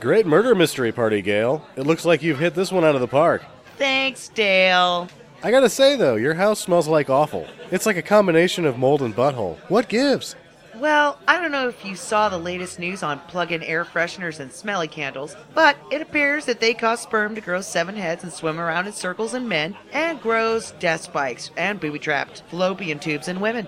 Great murder mystery party, Gail. It looks like you've hit this one out of the park. Thanks, Dale. I gotta say, though, your house smells like awful. It's like a combination of mold and butthole. What gives? Well, I don't know if you saw the latest news on plug in air fresheners and smelly candles, but it appears that they cause sperm to grow seven heads and swim around in circles in men, and grows death spikes and booby trapped fallopian tubes in women.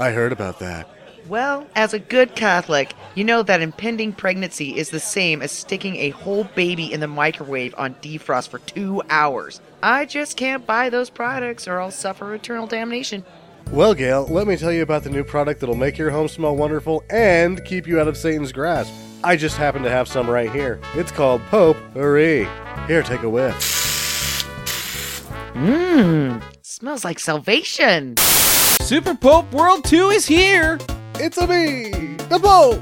I heard about that. Well, as a good Catholic, you know that impending pregnancy is the same as sticking a whole baby in the microwave on defrost for two hours. I just can't buy those products or I'll suffer eternal damnation. Well, Gail, let me tell you about the new product that'll make your home smell wonderful and keep you out of Satan's grasp. I just happen to have some right here. It's called Pope Hurry. Here, take a whiff. Mmm, smells like salvation. Super Pope World 2 is here! It's a me, the Pope.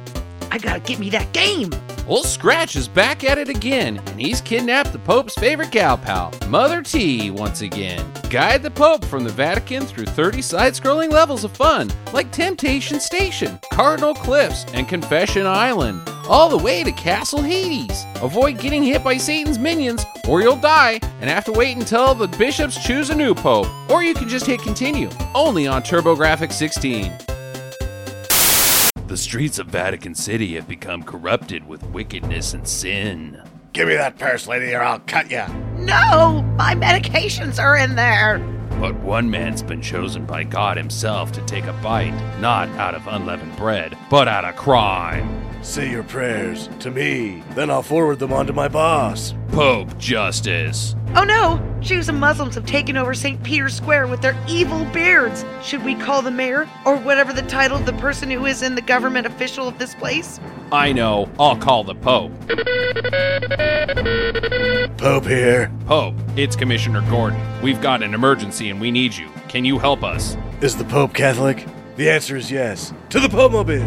I gotta get me that game. Old Scratch is back at it again, and he's kidnapped the Pope's favorite cow pal, Mother T, once again. Guide the Pope from the Vatican through 30 side scrolling levels of fun, like Temptation Station, Cardinal Cliffs, and Confession Island, all the way to Castle Hades. Avoid getting hit by Satan's minions, or you'll die and have to wait until the bishops choose a new Pope, or you can just hit continue, only on TurboGrafx 16. The streets of Vatican City have become corrupted with wickedness and sin. Give me that purse, lady, or I'll cut ya. No, my medications are in there. But one man's been chosen by God himself to take a bite, not out of unleavened bread, but out of crime. Say your prayers to me, then I'll forward them on to my boss. Pope Justice. Oh no, Jews and Muslims have taken over St. Peter's Square with their evil beards. Should we call the mayor or whatever the title of the person who is in the government official of this place? I know, I'll call the Pope. Pope here. Pope, it's Commissioner Gordon. We've got an emergency and we need you. Can you help us? Is the Pope Catholic? The answer is yes. To the Pope Mobile.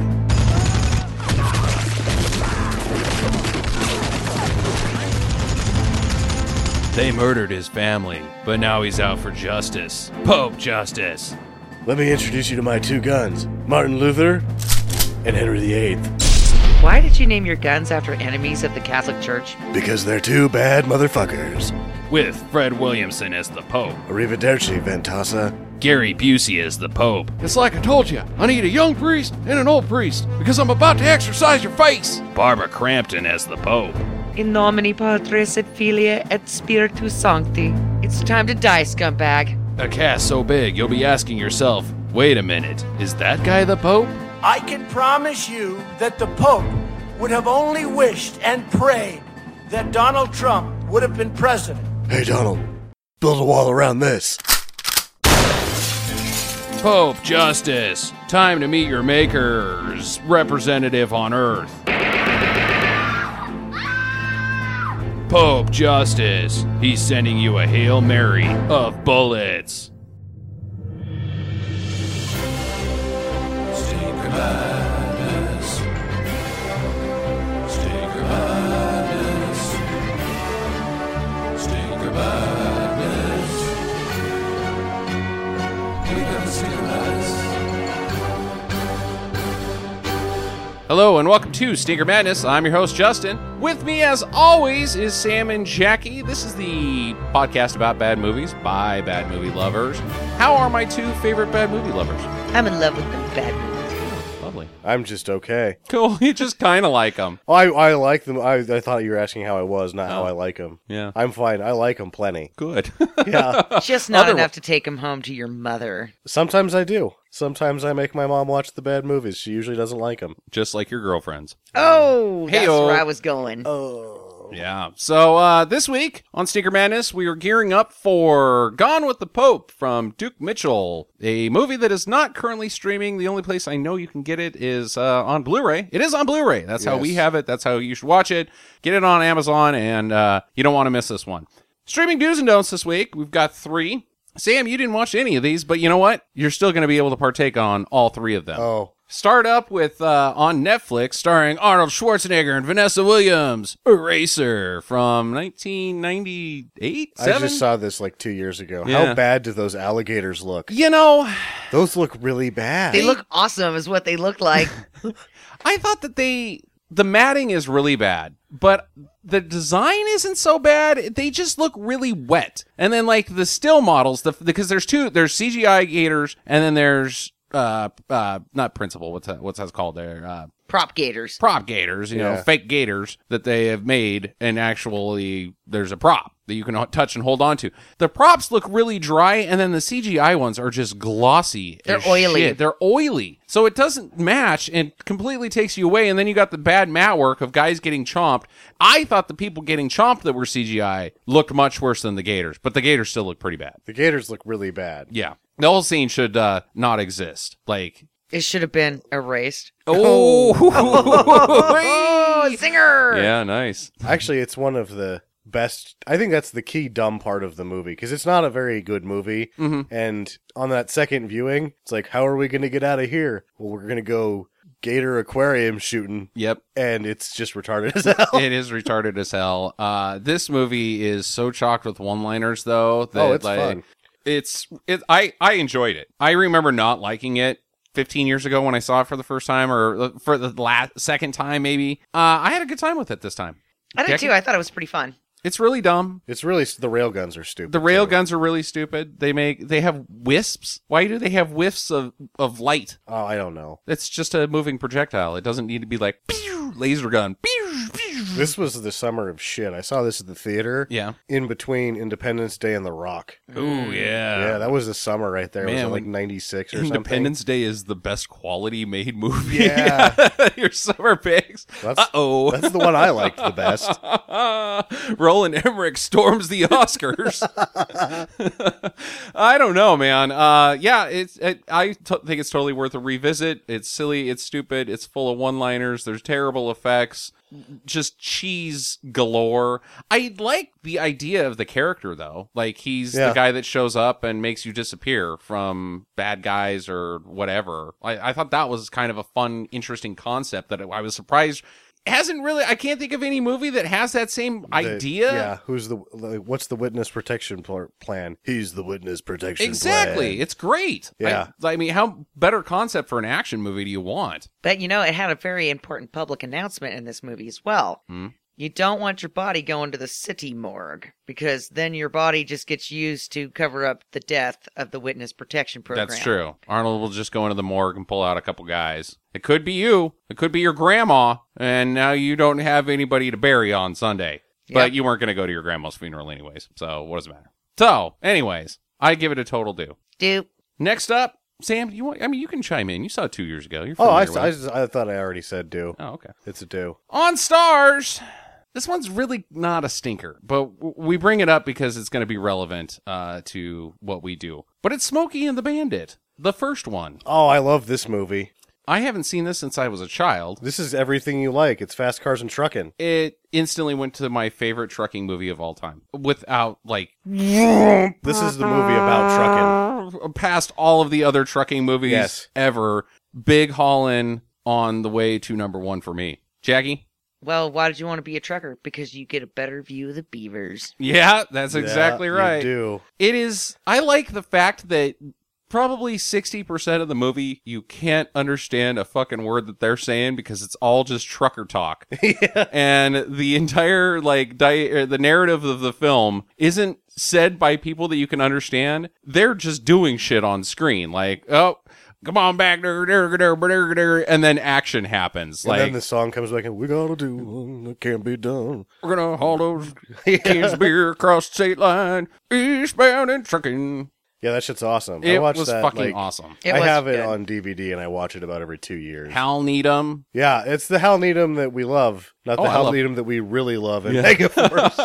They murdered his family, but now he's out for justice. Pope Justice. Let me introduce you to my two guns Martin Luther and Henry VIII. Why did you name your guns after enemies of the Catholic Church? Because they're two bad motherfuckers. With Fred Williamson as the Pope. Arrivederci, Ventosa. Gary Busey as the Pope. It's like I told you, I need a young priest and an old priest because I'm about to exercise your face. Barbara Crampton as the Pope. In nomine Patris et Filii et Spiritus Sancti. It's time to die, scumbag. A cast so big you'll be asking yourself, wait a minute, is that guy the Pope? I can promise you that the Pope would have only wished and prayed that Donald Trump would have been president. Hey, Donald, build a wall around this. Pope Justice, time to meet your maker's representative on Earth. Pope Justice, he's sending you a Hail Mary of bullets. Hello and welcome to Stinker Madness. I'm your host, Justin. With me, as always, is Sam and Jackie. This is the podcast about bad movies by bad movie lovers. How are my two favorite bad movie lovers? I'm in love with them bad movies. Lovely. I'm just okay. Cool. You just kind of like them. I, I like them. I, I thought you were asking how I was, not how I like them. Yeah. I'm fine. I like them plenty. Good. Yeah. Just not Other- enough to take him home to your mother. Sometimes I do. Sometimes I make my mom watch the bad movies. She usually doesn't like them. just like your girlfriends. Oh, that's Hey-o. where I was going. Yeah. So uh, this week on Sneaker Madness, we are gearing up for Gone with the Pope from Duke Mitchell, a movie that is not currently streaming. The only place I know you can get it is uh, on Blu-ray. It is on Blu-ray. That's how we Yes. have it. That's how you should watch it. Get it on Amazon, and uh, you don't want to miss this one. Streaming do's and don'ts this week. We've got three. Sam, you didn't watch any of these, but you know what? You're still going to be able to partake on all three of them. Oh. Start up with uh, on Netflix, starring Arnold Schwarzenegger and Vanessa Williams, Eraser from 1998. I Seven? just saw this like two years ago. Yeah. How bad do those alligators look? You know, Those look really bad. They look awesome, is what they look like. I thought that they the matting is really bad, but the design isn't so bad. They just look really wet. And then like the still models, the because there's two, there's CGI gators, and then there's uh uh not principal. What's that, what's that's called there? Uh, Prop gators. prop gators, you know, Yeah. fake gators that they have made, and actually there's a prop that you can h- touch and hold on to. The props look really dry, and then the CGI ones are just glossy. They're as oily. shit. They're oily. So it doesn't match and completely takes you away. And then you got the bad mat work of guys getting chomped. I thought the people getting chomped that were CGI looked much worse than the gators, but the gators still look pretty bad. The Gators look really bad. Yeah. The whole scene should uh, not exist. Like, It should have been erased. oh, Oh, singer. yeah, nice. Actually, it's one of the best. I think that's the key dumb part of the movie because it's not a very good movie. Mm-hmm. And on that second viewing, it's like, how are we going to get out of here? Well, we're going to go gator aquarium shooting, Yep. and it's just retarded as hell. it is retarded as hell. Uh, this movie is so chocked with one-liners, though. That, Oh, it's like, fun. It's it. I I enjoyed it. I remember not liking it 15 years ago when I saw it for the first time, or uh, for the last second time, maybe. Uh, I had a good time with it this time. I did Jackie? too. I thought it was pretty fun. It's really dumb. It's really the railguns are stupid. The rail too. guns are really stupid. They make they have wisps. Why do they have whiffs of of light? Oh, I don't know. That's just a moving projectile. It doesn't need to be like pew, laser gun. Pew, pew. This was the summer of shit. I saw this at the theater. Yeah. In between Independence Day and The Rock. Ooh yeah, that was the summer right there. Uh, man, was it like when '96 or Independence Day is the best quality made movie. Yeah. Your summer picks. something. Uh That's, oh. That's the one I liked the best. Roland Emmerich storms the Oscars. I don't know, man. Uh, yeah, it's it, I t- think it's totally worth a revisit. It's silly, it's stupid, it's full of one-liners. There's terrible effects, just cheese galore. I like the idea of the character though. Like he's the Yeah. guy that shows up and makes you disappear from bad guys or whatever. I, I thought that was kind of a fun, interesting concept that I was surprised. Hasn't really. I can't think of any movie that has that same the- idea. Yeah, who's the like, what's the witness protection pl- plan? He's the witness protection Exactly. plan. It's great. Yeah. I, I mean, how better concept for an action movie do you want? But you know, it had a very important public announcement in this movie as well. Hmm? You don't want your body going to the city morgue because then your body just gets used to cover up the death of the witness protection program. That's true. Arnold will just go into the morgue and pull out a couple guys. It could be you. It could be your grandma. And now you don't have anybody to bury on Sunday. But Yep. you weren't going to go to your grandma's funeral anyways. So what does it matter? So, anyways, I give it a total do. Do Next up, Sam, do you want? I mean, you can chime in. You saw it two years ago. You're Oh, I, familiar I, with it. just- I thought I already said do. Oh, okay. It's a do. on stars this one's really not a stinker but w- we bring it up because it's going to be relevant uh, to what we do but it's smokey and the bandit the first one Oh, I love this movie. i haven't seen this since i was a child This is everything you like. It's fast cars and trucking. it instantly went to my favorite trucking movie of all time without like This is the movie about trucking. past all of the other trucking movies Yes. ever big haulin on the way to number one for me jackie well, why did you want to be a trucker? Because you get a better view of the beavers. yeah that's exactly Yeah, you right do it is i like the fact that probably 60% of the movie you can't understand a fucking word that they're saying because it's all just trucker talk and the entire like di- er, the narrative of the film isn't said by people that you can understand they're just doing shit on screen like oh come on back der, der, der, der, der," and then action happens and like then the song comes back and we gotta do one that can't be done. we're gonna haul those cans of beer across the state line eastbound and trucking Yeah, that shit's awesome. I it watched was that, fucking like, awesome It I was have it good. on DVD and I watch it about every two years. Hal Needham. yeah, it's the Hal Needham that we love, not the Oh, I Hal love- Needham that we really love in Megaforce.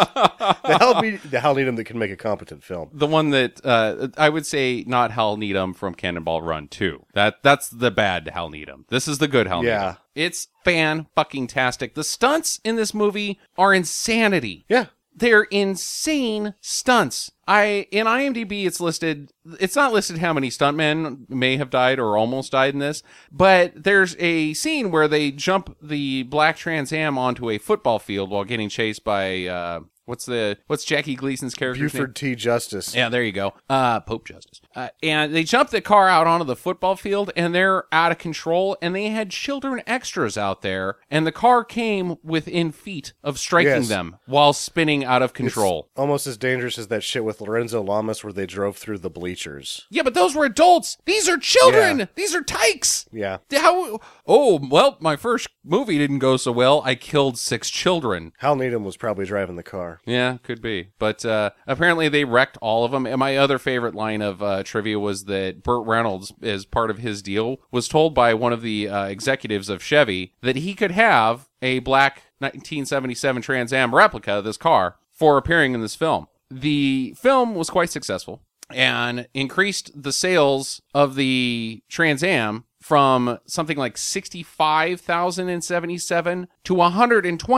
the, Hal Be- the Hal Needham that can make a competent film. The one that uh, I would say not Hal Needham from Cannonball Run 2. That that's the bad Hal Needham. This is the good Hal Yeah. Needham. It's fan fucking tastic. The stunts in this movie are insanity. Yeah, They're insane stunts. I in IMDb it's listed it's not listed how many stuntmen may have died or almost died in this, but there's a scene where they jump the black Trans Am onto a football field while getting chased by uh What's the what's Jackie Gleason's character's name? Buford T. Justice. Yeah, there you go. Uh, Pope Justice. Uh, and they jumped the car out onto the football field and they're out of control and they had children extras out there and the car came within feet of striking Yes. them while spinning out of control. Almost as dangerous as that shit with Lorenzo Lamas where they drove through the bleachers. yeah, but those were adults. These are children. Yeah. These are tykes. Yeah. How? Oh, well, my first movie didn't go so well. I killed six children. Hal Needham was probably driving the car. Yeah, could be. But uh, apparently they wrecked all of them. And my other favorite line of uh, trivia was that Burt Reynolds, as part of his deal, was told by one of the uh, executives of Chevy that he could have a black 1977 Trans Am replica of this car for appearing in this film. The film was quite successful and increased the sales of the Trans Am from something like 65,000 in 77 to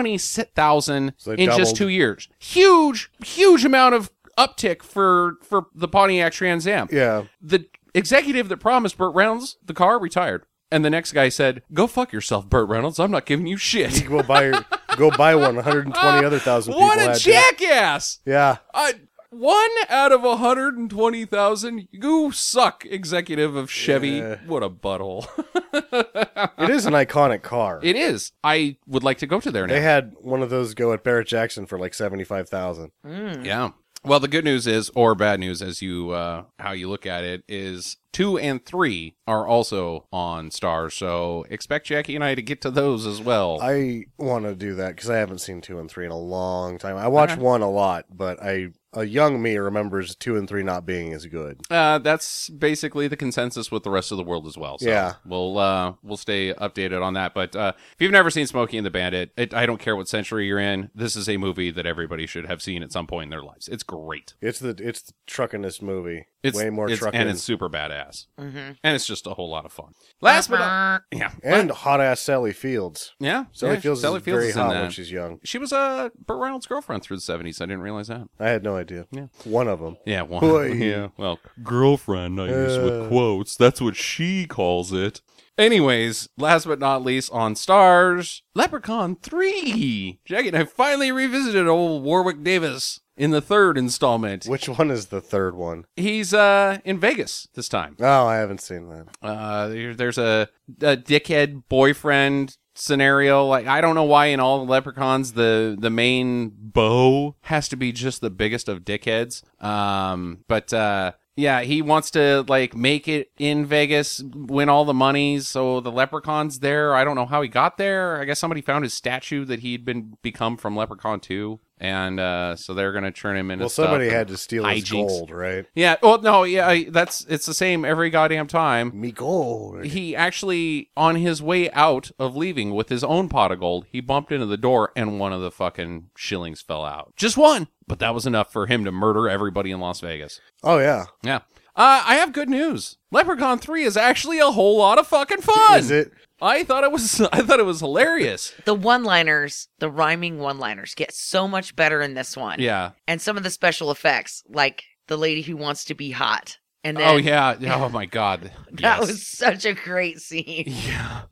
120,000 So they in just doubled. two years. Huge, huge amount of uptick for for the Pontiac Trans Am. Yeah. The executive that promised Burt Reynolds the car retired. And the next guy said, "Go fuck yourself, Burt Reynolds. I'm not giving you shit." Go buy go buy one. 120 other thousand people what had a to. jackass! Yeah. I one out of 120,000. You suck, executive of Chevy. What a butthole. It is an iconic car. it is. I would like to go to there now. They had one of those go at Barrett Jackson for like 75,000. Yeah. Well, the good news is, or bad news, as you uh, how you look at it, is two and three are also on Star. So expect Jackie and I to get to those as well. I want to do that because I haven't seen two and three in a long time. I Uh-huh. watched one a lot, but I a young me remembers two and three not being as good. uh, that's basically the consensus with the rest of the world as well. So Yeah. we'll uh, we'll stay updated on that. But uh, if you've never seen Smokey and the Bandit, it, I don't care what century you're in. This is a movie that everybody should have seen at some point in their lives. It's great. It's the it's the truck in this movie. It's way more it's, truck and in- it's super badass, mm-hmm. and it's just a whole lot of fun. Last but Uh-huh. not, yeah, and hot ass Sally Fields. Yeah, Sally yeah, Fields Sally is very is in hot that. when she's young. She was uh, Burt Reynolds' girlfriend through the seventies. I didn't realize that. I had no idea. Yeah. One of them. Yeah, one. Boy. Yeah, well, girlfriend. I use with quotes. That's what she calls it. Anyways, last but not least, on stars, Leprechaun three. Jackie and I finally revisited old Warwick Davis in the third installment. Which one is the third one? He's uh in Vegas this time. Oh, I haven't seen that. Uh, there- there's a, a dickhead boyfriend scenario. Like I don't know why in all the leprechauns the the main beau has to be just the biggest of dickheads. Um, but uh. Yeah, he wants to like make it in Vegas, win all the money, so the leprechaun's there. I don't know how he got there. I guess somebody found his statue that he'd been become from Leprechaun 2, and uh, so they're gonna turn him into. Well, somebody stuff. had to steal his hijinks. gold, right? Yeah. Well, no. Yeah. I- That's it's the same every goddamn time Me gold. he actually on his way out of leaving with his own pot of gold he bumped into the door and one of the fucking shillings fell out just one but that was enough for him to murder everybody in las vegas oh yeah. yeah uh, i have good news leprechaun 3 is actually a whole lot of fucking fun Is it? i thought it was i thought it was hilarious The one liners, the rhyming one liners get so much better in this one. yeah And some of the special effects, like the lady who wants to be hot. And then oh yeah oh my god that Yes. was such a great scene. Yeah.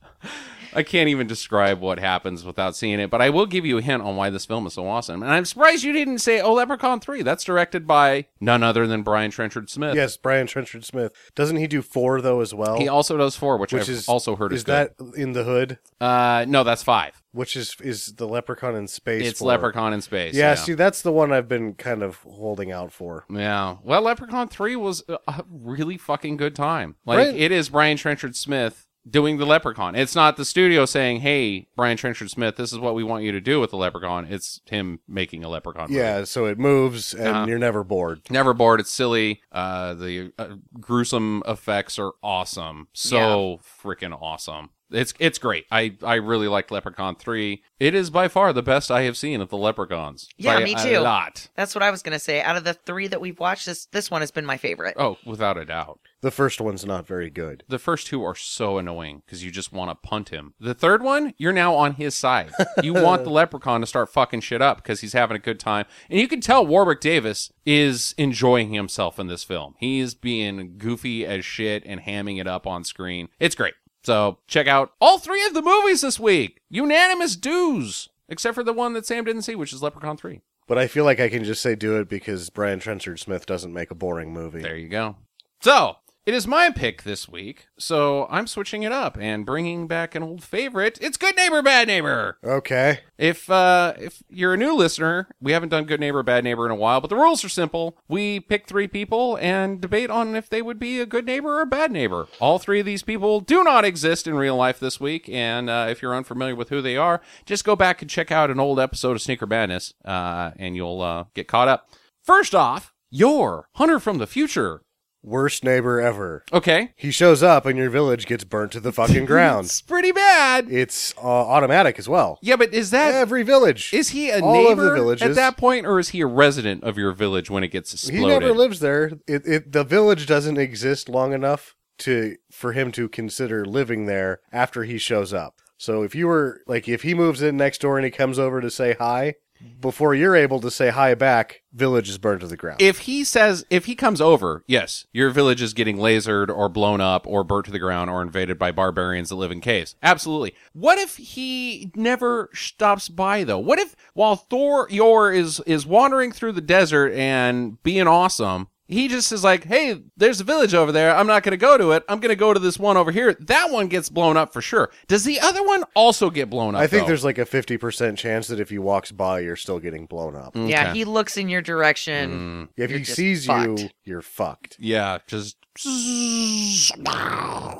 I can't even describe what happens without seeing it, but I will give you a hint on why this film is so awesome. And I'm surprised you didn't say Oh Leprechaun 3. That's directed by none other than Brian Trenchard Smith. Yes, Brian Trenchard Smith. Doesn't he do four though as well? He also does 4, which, oh, which I've is also heard Is is, that in the hood? good. Uh no, that's 5. Which is is the Leprechaun in space? It's for- Leprechaun in Space. Yeah, see, that's the one I've been kind of holding out for. Yeah. Well, Leprechaun 3 was a- a really fucking good time. Like, Right. it is Brian Trenchard Smith doing the Leprechaun. It's not the studio saying, hey, Brian Trenchard Smith, this is what we want you to do with the Leprechaun. It's him making a Leprechaun. movie. Yeah, so it moves and Uh-huh. you're never bored. Never bored. It's silly. Uh, the uh, gruesome effects are awesome. So freaking awesome. It's it's great. I, I really liked Leprechaun three. It is by far the best I have seen of the Leprechauns. Yeah, By me a too. lot. That's what I was gonna say. Out of the three that we've watched, this this one has been my favorite. Oh, without a doubt. The first one's not very good. The first two are so annoying because you just want to punt him. The third one, you're now on his side. You want the leprechaun to start fucking shit up because he's having a good time. And you can tell Warwick Davis is enjoying himself in this film. He's being goofy as shit and hamming it up on screen. It's great. So check out all three of the movies this week. Unanimous dues, except for the one that Sam didn't see, which is Leprechaun 3. But I feel like I can just say do it because Brian Trenchard Smith doesn't make a boring movie. There you go. So it is my pick this week. So I'm switching it up and bringing back an old favorite. It's Good Neighbor, Bad Neighbor. Okay. If uh, if you're a new listener, we haven't done Good Neighbor, Bad Neighbor in a while, but the rules are simple. We pick three people and debate on if they would be a good neighbor or a bad neighbor. All three of these people do not exist in real life this week, and uh, if you're unfamiliar with who they are, just go back and check out an old episode of Sneaker Madness, uh, and you'll uh, get caught up. First off, your Hunter from the Future. Worst neighbor ever. Okay, He shows up and your village gets burnt to the fucking ground. it's pretty bad. It's uh, automatic as well. Yeah, but is that Every village. Is he a All of the neighbor villages. at that point, or is he a resident of your village when it gets He exploded? never lives there. It, it the village doesn't exist long enough to for him to consider living there after he shows up. So if you were like if he moves in next door and he comes over to say hi, before you're able to say hi back, village is burned to the ground. if he says, if he comes over, yes, your village is getting lasered or blown up or burnt to the ground or invaded by barbarians that live in caves. Absolutely. What if he never stops by though? What if while Thor Yor is is wandering through the desert and being awesome? He just is like, hey, there's a village over there. I'm not going to go to it. I'm going to go to this one over here. That one gets blown up for sure. Does the other one also get blown up? I think though? there's like a 50% chance that if he walks by, you're still getting blown up. Yeah, he looks in your direction. if he just sees you, fucked. you're fucked. Yeah, just Yeah, bad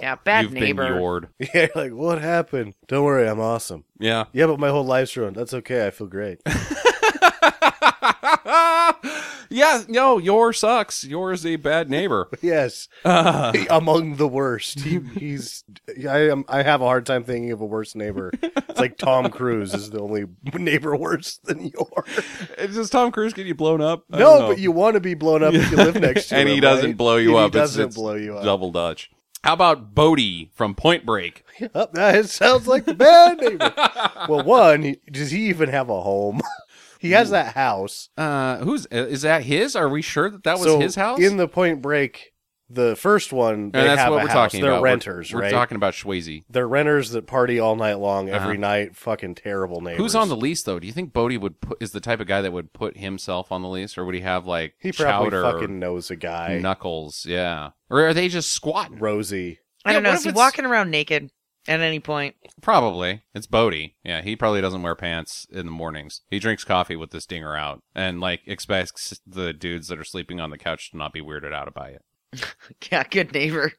Mm. you've neighbor. been yored. Yeah, like, what happened? Don't worry, I'm awesome. Yeah. Yeah, but my whole life's ruined. That's okay. I feel great. yeah, no, your sucks. Yours a bad neighbor. yes. Ah. Among the worst. He, he's I am I have a hard time thinking of a worse neighbor. It's like Tom Cruise is the only neighbor worse than yours. Does Tom Cruise get you blown up? I don't No, know. but you want to be blown up if you live next to and him. he doesn't right? blow you And up. He It's- doesn't it's blow you up. Double Dutch. How about Bodie from Point Break? Up that it sounds like the bad neighbor. well, one, he, does he even have a home? he has that house. Uh, who's is that? His? Are we sure that that was so his house? in the Point Break, the first one, they and that's have what a we're house. talking They're about. We're- renters, we're, right? talking about Swayze. They're renters that party all night long, every Uh-huh. night. Fucking terrible neighbors. Who's on the lease though? Do you think Bodie would put is the type of guy that would put himself on the lease, or would he have like He probably Chowder or fucking knows a guy. Knuckles? Yeah, or are they just squatting? Rosie. I don't Yeah, know. what Is if he it's- walking around naked at any point? Probably. It's Bodie. Yeah, he probably doesn't wear pants in the mornings. He drinks coffee with this dinger out and like expects the dudes that are sleeping on the couch to not be weirded out by it. Yeah, good neighbor.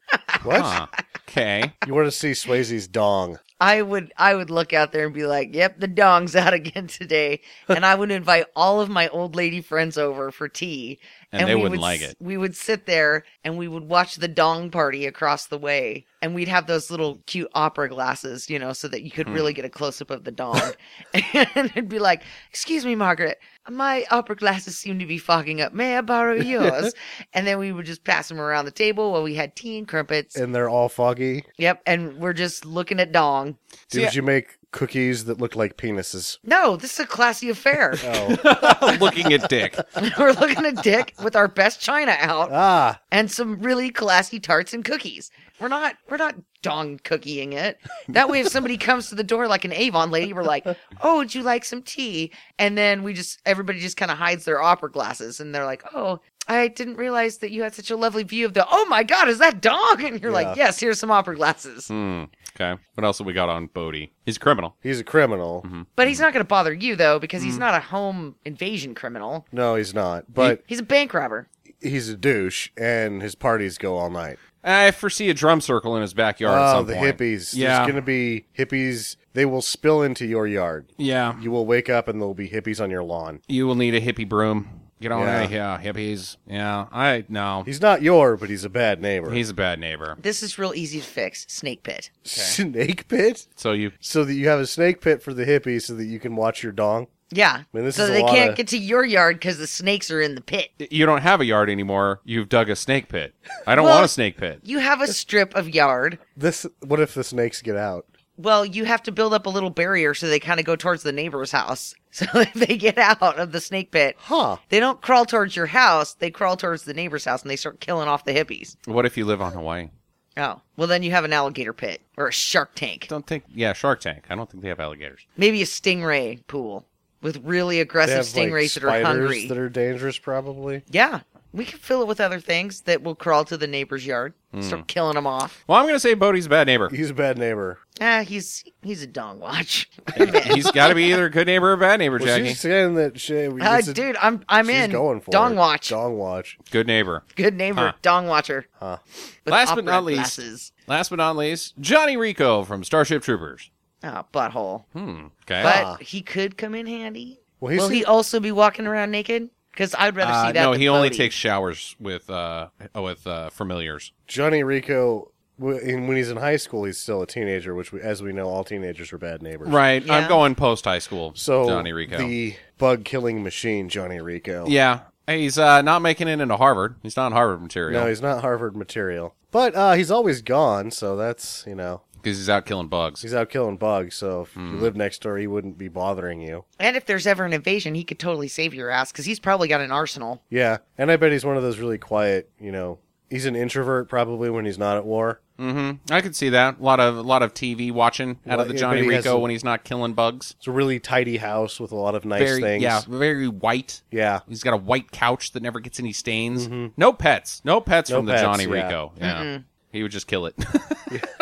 What? Huh. Okay. You want to see Swayze's dong? I would I would look out there and be like, "Yep, the dong's out again today," and I would invite all of my old lady friends over for tea, And they we wouldn't would like s- it. We would sit there and we would watch the dong party across the way, and we'd have those little cute opera glasses, you know, so that you Hmm. could really get a close up of the dong. and it'd be like, "Excuse me, Margaret, my opera glasses seem to be fogging up. May I borrow yours?" and then we would just pass them around the table while we had tea and crumpets. And they're all foggy. Yep, and we're just looking at dong. Did See, I- you make cookies that look like penises? No, this is a classy affair. Oh. Looking at Dick. We're looking at Dick with our best china out ah. and some really classy tarts and cookies. We're not we're not dong cookieing it. That way if somebody comes to the door like an Avon lady, we're like, Oh, would you like some tea? And then we just everybody just kinda hides their opera glasses and they're like, Oh, I didn't realize that you had such a lovely view of the oh my god, is that dong? And you're Yeah. like, Yes, here's some opera glasses. Hmm. Okay. What else have we got on Bodie? He's a criminal. He's a criminal. Mm-hmm. But he's not gonna bother you though, because he's not a home invasion criminal. No, he's not. But He's a bank robber. he's a douche, and his parties go all night. I foresee a drum circle in his backyard at Oh, some the point. hippies. Yeah. There's going to be hippies. They will spill into your yard. Yeah. You will wake up and there will be hippies on your lawn. You will need a hippie broom. Get on Yeah. out of here, hippies. Yeah. I no. He's not your, but he's a bad neighbor. He's a bad neighbor. This is real easy to fix. Snake pit. snake pit? So you So that you have a snake pit for the hippies so that you can watch your dong? Yeah. Man, this so is a they lot can't of- get to your yard because the snakes are in the pit. you don't have a yard anymore. You've dug a snake pit. I don't Well- want a snake pit. You have a strip of yard. This what if the snakes get out? Well, you have to build up a little barrier so they kind of go towards the neighbor's house. So if they get out of the snake pit, Huh. they don't crawl towards your house. They crawl towards the neighbor's house and they start killing off the hippies. What if you live on Hawaii? Oh, well, then you have an alligator pit or a shark tank, Don't think. Yeah, Shark Tank. I don't think they have alligators. maybe a stingray pool. with really They aggressive have like, stingrays that are spiders hungry. that are dangerous, probably. yeah, we can fill it with other things that will crawl to the neighbor's yard, Hmm. start killing them off. Well, I'm going to say Bodie's a bad neighbor. He's a bad neighbor. Ah, he's he's a dong watch. He's got to be either a good neighbor or a bad neighbor, Well, Jackie. she's saying that she. Ah, it's a- dude, I'm I'm she's in. going for dong it. watch, Dong watch. Good neighbor. good neighbor, Huh. dong watcher. With Last but opera not least- glasses. Last but not least, Johnny Rico from Starship Troopers. Oh, butthole. Hmm. Okay. But Ah. he could come in handy. Well, he's Will he also be walking around naked? Because I'd rather Uh, see that. no, than he only Bodhi. takes showers with uh with uh familiars. Johnny Rico. w- in- When he's in high school, he's still a teenager, which, we, as we know, all teenagers are bad neighbors. Right. I'm Yeah. going post high school. So Johnny Rico. the bug killing machine, Johnny Rico. Yeah. He's uh, not making it into Harvard. He's not Harvard material No, because he's not Harvard material, but uh, he's always gone. So that's you know he's, out killing bugs. he's out killing bugs. So if Hmm. you live next door, he wouldn't be bothering you. And if there's ever an invasion, he could totally save your ass because he's probably got an arsenal. Yeah, and I bet he's one of those really quiet. You know, he's an introvert probably when he's not at war. Mm-hmm. I could see that. A lot of a lot of TV watching out Well, of the yeah, Johnny but he Rico has- when he's not killing bugs. It's a really tidy house with a lot of nice very things. yeah, very white. yeah. He's got a white couch that never gets any stains. No pets. No pets Mm-hmm. No from pets, the Johnny yeah. Rico. Yeah. He would just kill it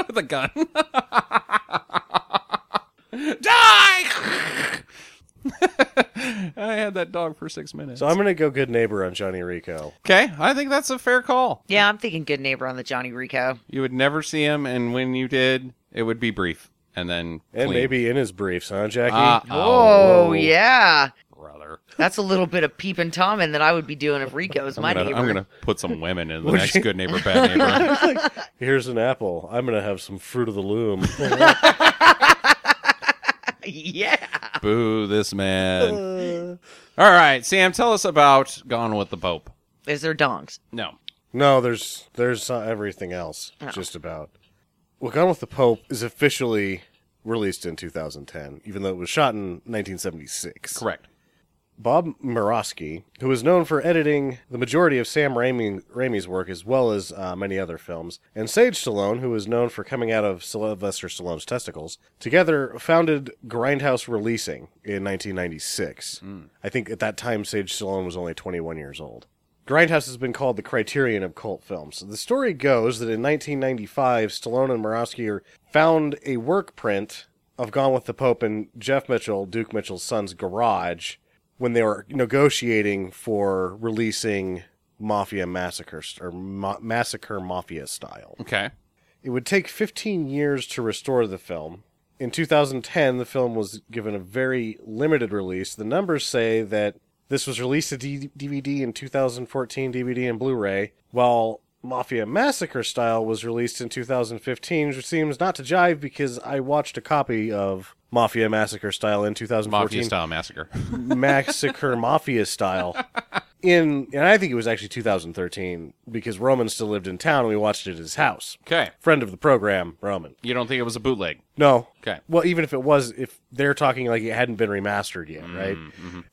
with a gun. Die! I had that dog for six minutes. So I'm gonna go good neighbor on Johnny Rico. okay, I think that's a fair call. Yeah, I'm thinking good neighbor on the Johnny Rico. You would never see him, and when you did, it would be brief and then And clean. maybe in his briefs, huh, Jackie? Uh, Oh, yeah. brother. That's a little bit of peeping Tom and that I would be doing if Rico was my I'm gonna, neighbor. I'm gonna put some women in the next good neighbor, bad neighbor. Here's an apple. I'm gonna have some fruit of the loom. Yeah. Boo this man. All right, Sam, tell us about Gone with the Pope. Is there dongs? No. no, there's there's uh, everything else. Just about. Well, Gone with the Pope is officially released in 2010, even though it was shot in 1976. Correct. Bob Murawski, who is known for editing the majority of Sam Raimi, Raimi's work as well as uh, many other films, and Sage Stallone, who is known for coming out of Sylvester Stallone's testicles, together founded Grindhouse Releasing in 1996. I think at that time Sage Stallone was only 21 years old. Grindhouse has been called the criterion of cult films. The story goes that in 1995, Stallone and Murawski are- found a work print of Gone with the Pope and Jeff Mitchell, Duke Mitchell's son's garage, when they were negotiating for releasing Mafia Massacre st- or Ma- Massacre Mafia style. Okay. It would take 15 years to restore the film. In 2010, the film was given a very limited release. The numbers say that this was released to D- DVD in 2014, DVD and Blu ray, while Mafia Massacre Style was released in 2015, which seems not to jive because I watched a copy of Mafia Massacre Style in 2014. Mafia style massacre. Massacre Mafia style. In and I think it was actually 2013 because Roman still lived in town and we watched it at his house. Okay. Friend of the program, Roman. You don't think it was a bootleg? No. Okay. Well, even if it was, if they're talking like it hadn't been remastered yet, right?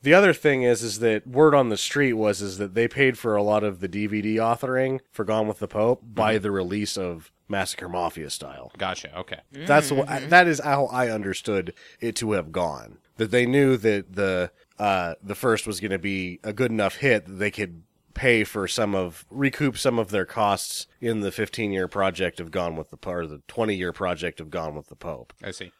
The other thing is, is that word on the street was is that they paid for a lot of the DVD authoring for Gone with the Pope by the release of Massacre Mafia style. Gotcha. Okay. That's the Mm-hmm. wa- that is how I understood it to have gone. That they knew that the uh, the first was going to be a good enough hit that they could pay for some of recoup some of their costs in the 15 year project of Gone with the Po- or the 20 year project of Gone with the Pope. I see.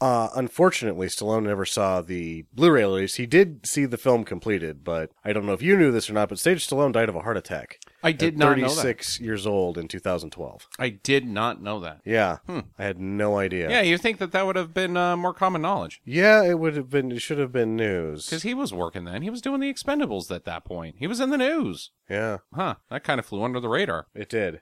Uh, unfortunately, Stallone never saw the Blu-ray release. He did see the film completed, but I don't know if you knew this or not. But Sage Stallone died of a heart attack. I did not know that. 36 years old in 2012. I did not know that. Yeah, Hmm. I had no idea. Yeah, you think that that would have been uh, more common knowledge Yeah, it would have been. It should have been news. because he was working then. He was doing the Expendables at that point. He was in the news. yeah, Huh. That kind of flew under the radar. it did.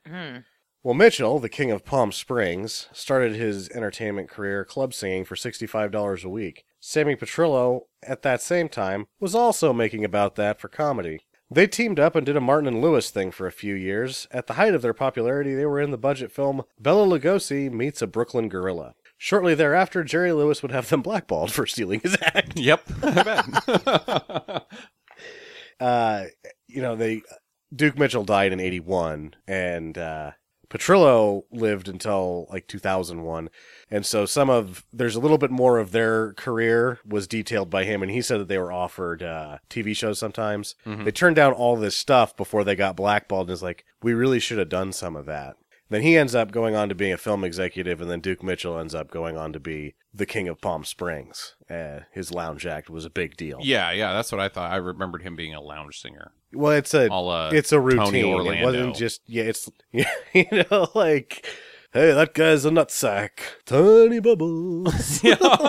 Well, Mitchell, the king of Palm Springs, started his entertainment career club singing for sixty-five dollars a week. Sammy Petrillo, at that same time, was also making about that for comedy. They teamed up and did a Martin and Lewis thing for a few years. At the height of their popularity, they were in the budget film Bella Lugosi Meets a Brooklyn Gorilla. Shortly thereafter, Jerry Lewis would have them blackballed for stealing his act. Yep. I bet. uh, you know, they Duke Mitchell died in '81, and uh, Petrillo lived until like 2001. And so some of there's a little bit more of their career was detailed by him, and he said that they were offered uh, TV shows sometimes. They turned down all this stuff before they got blackballed, and is like, we really should have done some of that. Then he ends up going on to being a film executive, and then Duke Mitchell ends up going on to be the king of Palm Springs. Uh, his lounge act was a big deal. Yeah, yeah, that's what I thought. I remembered him being a lounge singer. Well, it's a A la it's a uh, Tony routine. It Orlando. wasn't just yeah. It's yeah, you know like hey, that guy's a nutsack, Tony Bubbles.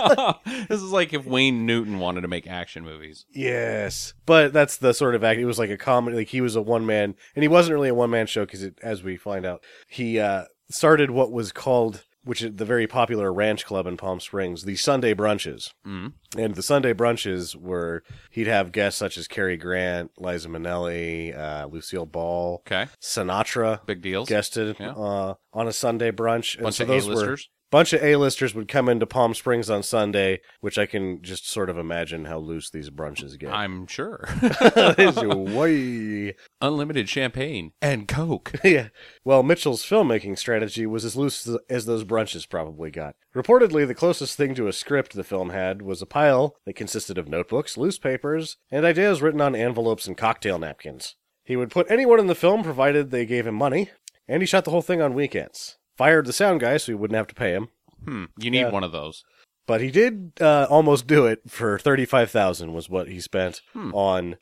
this is like if Wayne Newton wanted to make action movies. yes, but that's the sort of act. It was like a comedy. Like he was a one man, and he wasn't really a one man show because as we find out, he uh, started what was called. Which is the very popular ranch club in Palm Springs, the Sunday brunches. Mm. And the Sunday brunches were, he'd have guests such as Cary Grant, Liza Minnelli, uh, Lucille Ball, Okay, Sinatra, big deals. guested Yeah. uh, on a Sunday brunch. Bunch of A-listers. were bunch of A-listers would come into Palm Springs on Sunday, which I can just sort of imagine how loose these brunches get. I'm sure. It's way- Unlimited champagne and Coke. yeah. Well, Mitchell's filmmaking strategy was as loose as- as those brunches probably got. Reportedly, the closest thing to a script the film had was a pile that consisted of notebooks, loose papers, and ideas written on envelopes and cocktail napkins. He would put anyone in the film provided they gave him money, and he shot the whole thing on weekends. Fired the sound guy so he wouldn't have to pay him, Hmm, you need Yeah. one of those. but he did uh, almost do it for thirty-five thousand was what he spent on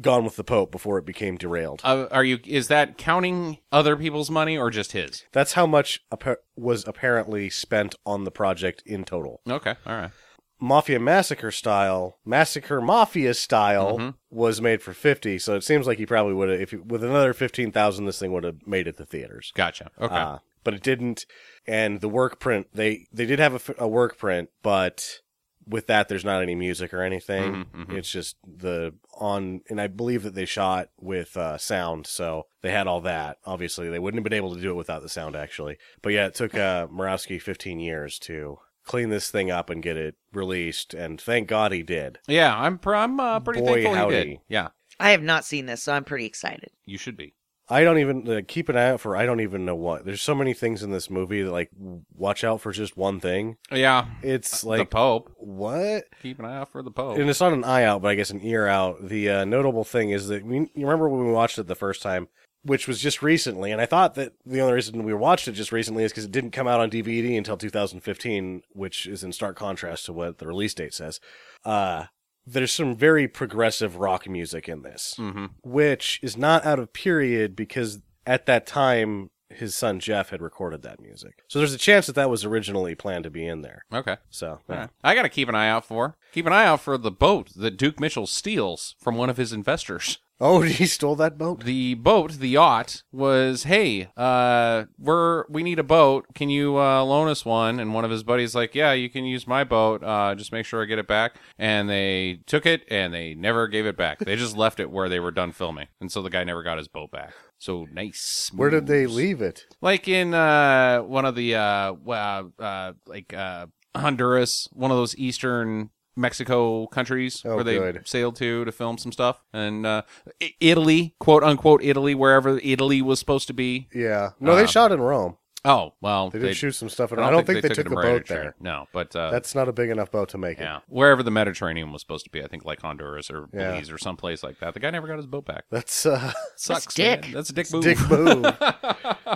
Gone with the Pope before it became derailed. Uh, are you? Is that counting other people's money or just his? That's how much appa- was apparently spent on the project in total. Okay, all right. Mafia Massacre style, Massacre Mafia style was made for 50, so it seems like he probably would have if he- with another 15,000 this thing would have made it to theaters. Gotcha. Okay. Uh, but it didn't and the work print they they did have a, f- a work print, but with that there's not any music or anything. Mm-hmm, It's just the on and I believe that they shot with uh, sound, so they had all that. Obviously, they wouldn't have been able to do it without the sound actually. But yeah, it took uh Murawski 15 years to clean this thing up and get it released and thank God he did. yeah, I'm. Pr- I'm uh, pretty Boy, thankful he did. howdy. Yeah, I have not seen this, so I'm pretty excited. you should be. I don't even uh, keep an eye out for I don't even know what. There's so many things in this movie that like w- watch out for just one thing. Yeah, It's Uh, the like Pope. what? Keep an eye out for the Pope. and it's not an eye out, but I guess an ear out. The uh, notable thing is that we, you remember when we watched it the first time, which was just recently, and I thought that the only reason we watched it just recently is because it didn't come out on DVD until 2015, which is in stark contrast to what the release date says. Uh, there's some very progressive rock music in this, Hmm. Mm-hmm. which is not out of period because at that time his son Jeff had recorded that music. So there's a chance that that was originally planned to be in there. okay. So All yeah. right. I gotta keep an eye out for. Keep an eye out for the boat that Duke Mitchell steals from one of his investors. oh, he stole that boat. The boat, the yacht, was hey, uh, we're we need a boat. Can you uh, loan us one? And one of his buddies like, yeah, you can use my boat. Uh, just make sure I get it back. And they took it and they never gave it back. They just left it where they were done filming, and so the guy never got his boat back. So nice. Where did they moves. leave it? like in uh one of the uh wa- uh like uh Honduras, one of those eastern Mexico countries Oh, where they good. sailed to to film some stuff, and uh, I- Italy, quote unquote Italy, wherever Italy was supposed to be. Yeah. No, Uh, they shot in Rome. Oh well, They did shoot some stuff, and I don't think, they, took, it the in Marietta boat there. Trench. No, but uh, That's not a big enough boat to make it. yeah, wherever the Mediterranean was supposed to be, I think like Honduras or Yeah. Belize or someplace like that. The guy never got his boat back. That's uh, Sucks, dick. man. That's a dick move. dick move.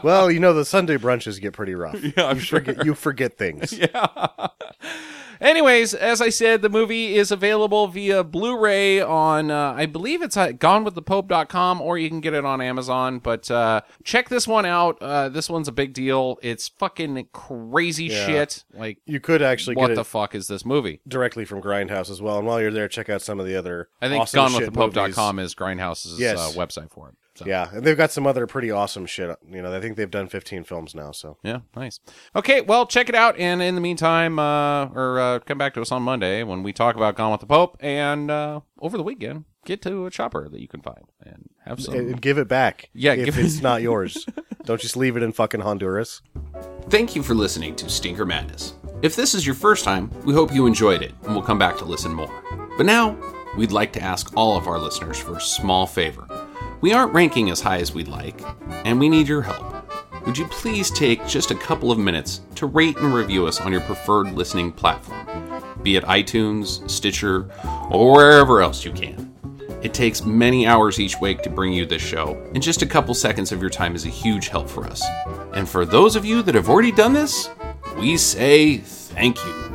well, you know the Sunday brunches get pretty rough. yeah, I'm sure. Forget- you forget things. yeah. Anyways, as I said, the movie is available via Blu-ray on, uh, I believe it's at GoneWithThePope.com, or you can get it on Amazon. But uh, check this one out. Uh, this one's a big deal. It's fucking crazy shit. Like, You could actually what get the it fuck is this movie? directly from Grindhouse as well. And while you're there, check out some of the other. I think awesome shit GoneWithThePope.com is Grindhouse's Yes. uh, website for it. So. movies. Yeah, and they've got some other pretty awesome shit. You know, I think they've done 15 films now. So Yeah, nice. Okay, well, check it out, and in the meantime, uh, or uh, come back to us on Monday when we talk about Gone with the Pope, and uh, over the weekend, get to a chopper that you can find and have some. and, and give it back. Yeah, if give it- it's not yours, don't just leave it in fucking Honduras. Thank you for listening to Stinker Madness. If this is your first time, we hope you enjoyed it and we'll come back to listen more. But now, we'd like to ask all of our listeners for a small favor. We aren't ranking as high as we'd like, and we need your help. would you please take just a couple of minutes to rate and review us on your preferred listening platform, be it iTunes, Stitcher, or wherever else you can? It takes many hours each week to bring you this show, and just a couple seconds of your time is a huge help for us. And for those of you that have already done this, we say thank you.